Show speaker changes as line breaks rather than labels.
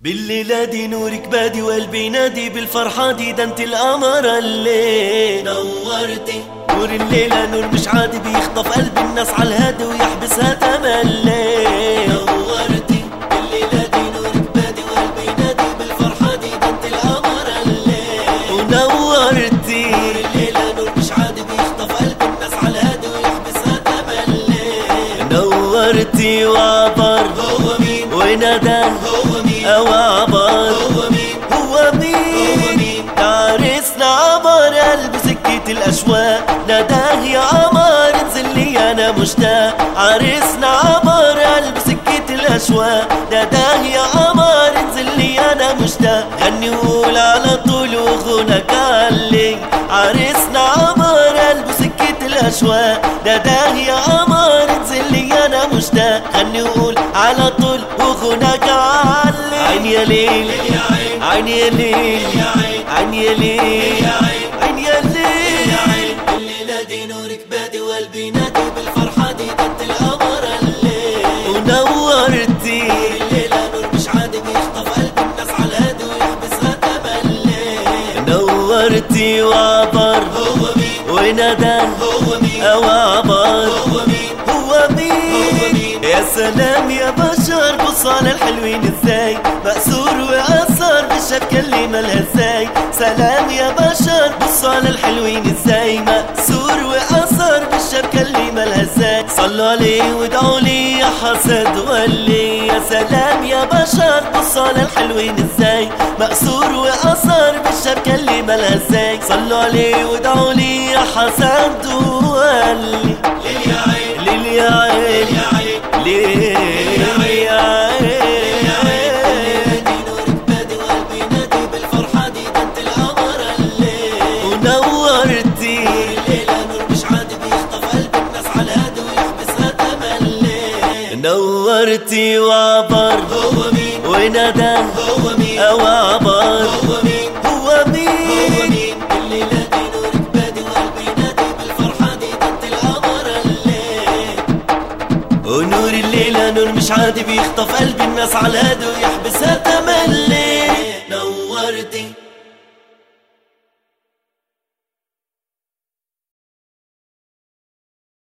بالليلة دي نورك بادي وقلبي نادي بالفرحة دي ده انت القمر اللي نورتي نور الليلة نور مش عادي بيخطف قلب الناس على الهادي ويحبسها تملي نورتي بالليلة دي نورك بادي وقلبي نادي بالفرحة دي ده انت القمر اللي ونورتي نور الليلة نور مش عادي بيخطف قلب الناس على الهادي ويحبسها تملي نورتي وعبر هو مين وندى هو مين او عبر هو مين هو مين عرسنا عبر قلب سكة الاشواق نداه يا قمر انزل لي انا مشتاق عرسنا عبر قلب سكة الاشواق نداه يا قمر انزل لي انا مشتاق غني وقول على طول وغنى علي عرسنا عبر قلب سكة الاشواق نداه يا قمر انزل لي انا مشتاق غني وقول على طول وغناك علي عين يا ليل عين يا ليل عين يا ليل عين يا ليل الليلة دي نورك بادي وقلبي نادي بالفرحة دي ضد القمر الليل ونورتي الليلة نور مش عادي بيخطف قلب الناس على الهادي ويحبسها تملي نورتي وعبر هو مين وندى هو مين او عبر هو مين هو مين يا سلام يا بشر بص على الحلوين ازاي مأسور وأثر بالشبكة اللي مالها ازاي سلام يا بشر بص على الحلوين ازاي مأسور وأثر بالشبكة اللي مالها ازاي صلوا عليه وادعوا لي يا حسد ولي يا سلام يا بشر بص على الحلوين ازاي مأسور وأثر بالشبكة اللي مالها ازاي صلوا عليه وادعوا لي يا حسد ولي ليل يا عين ليل يا عين ليل يا عين ونورتي نورتي وعبر هو مين وندى هو مين او عبر هو مين هو مين هو مين الليله دي نورك بادي وقلبي نادي بالفرحه دي ضد القمر الليل ونور الليله نور مش عادي بيخطف قلب الناس على الهادي ويحبسها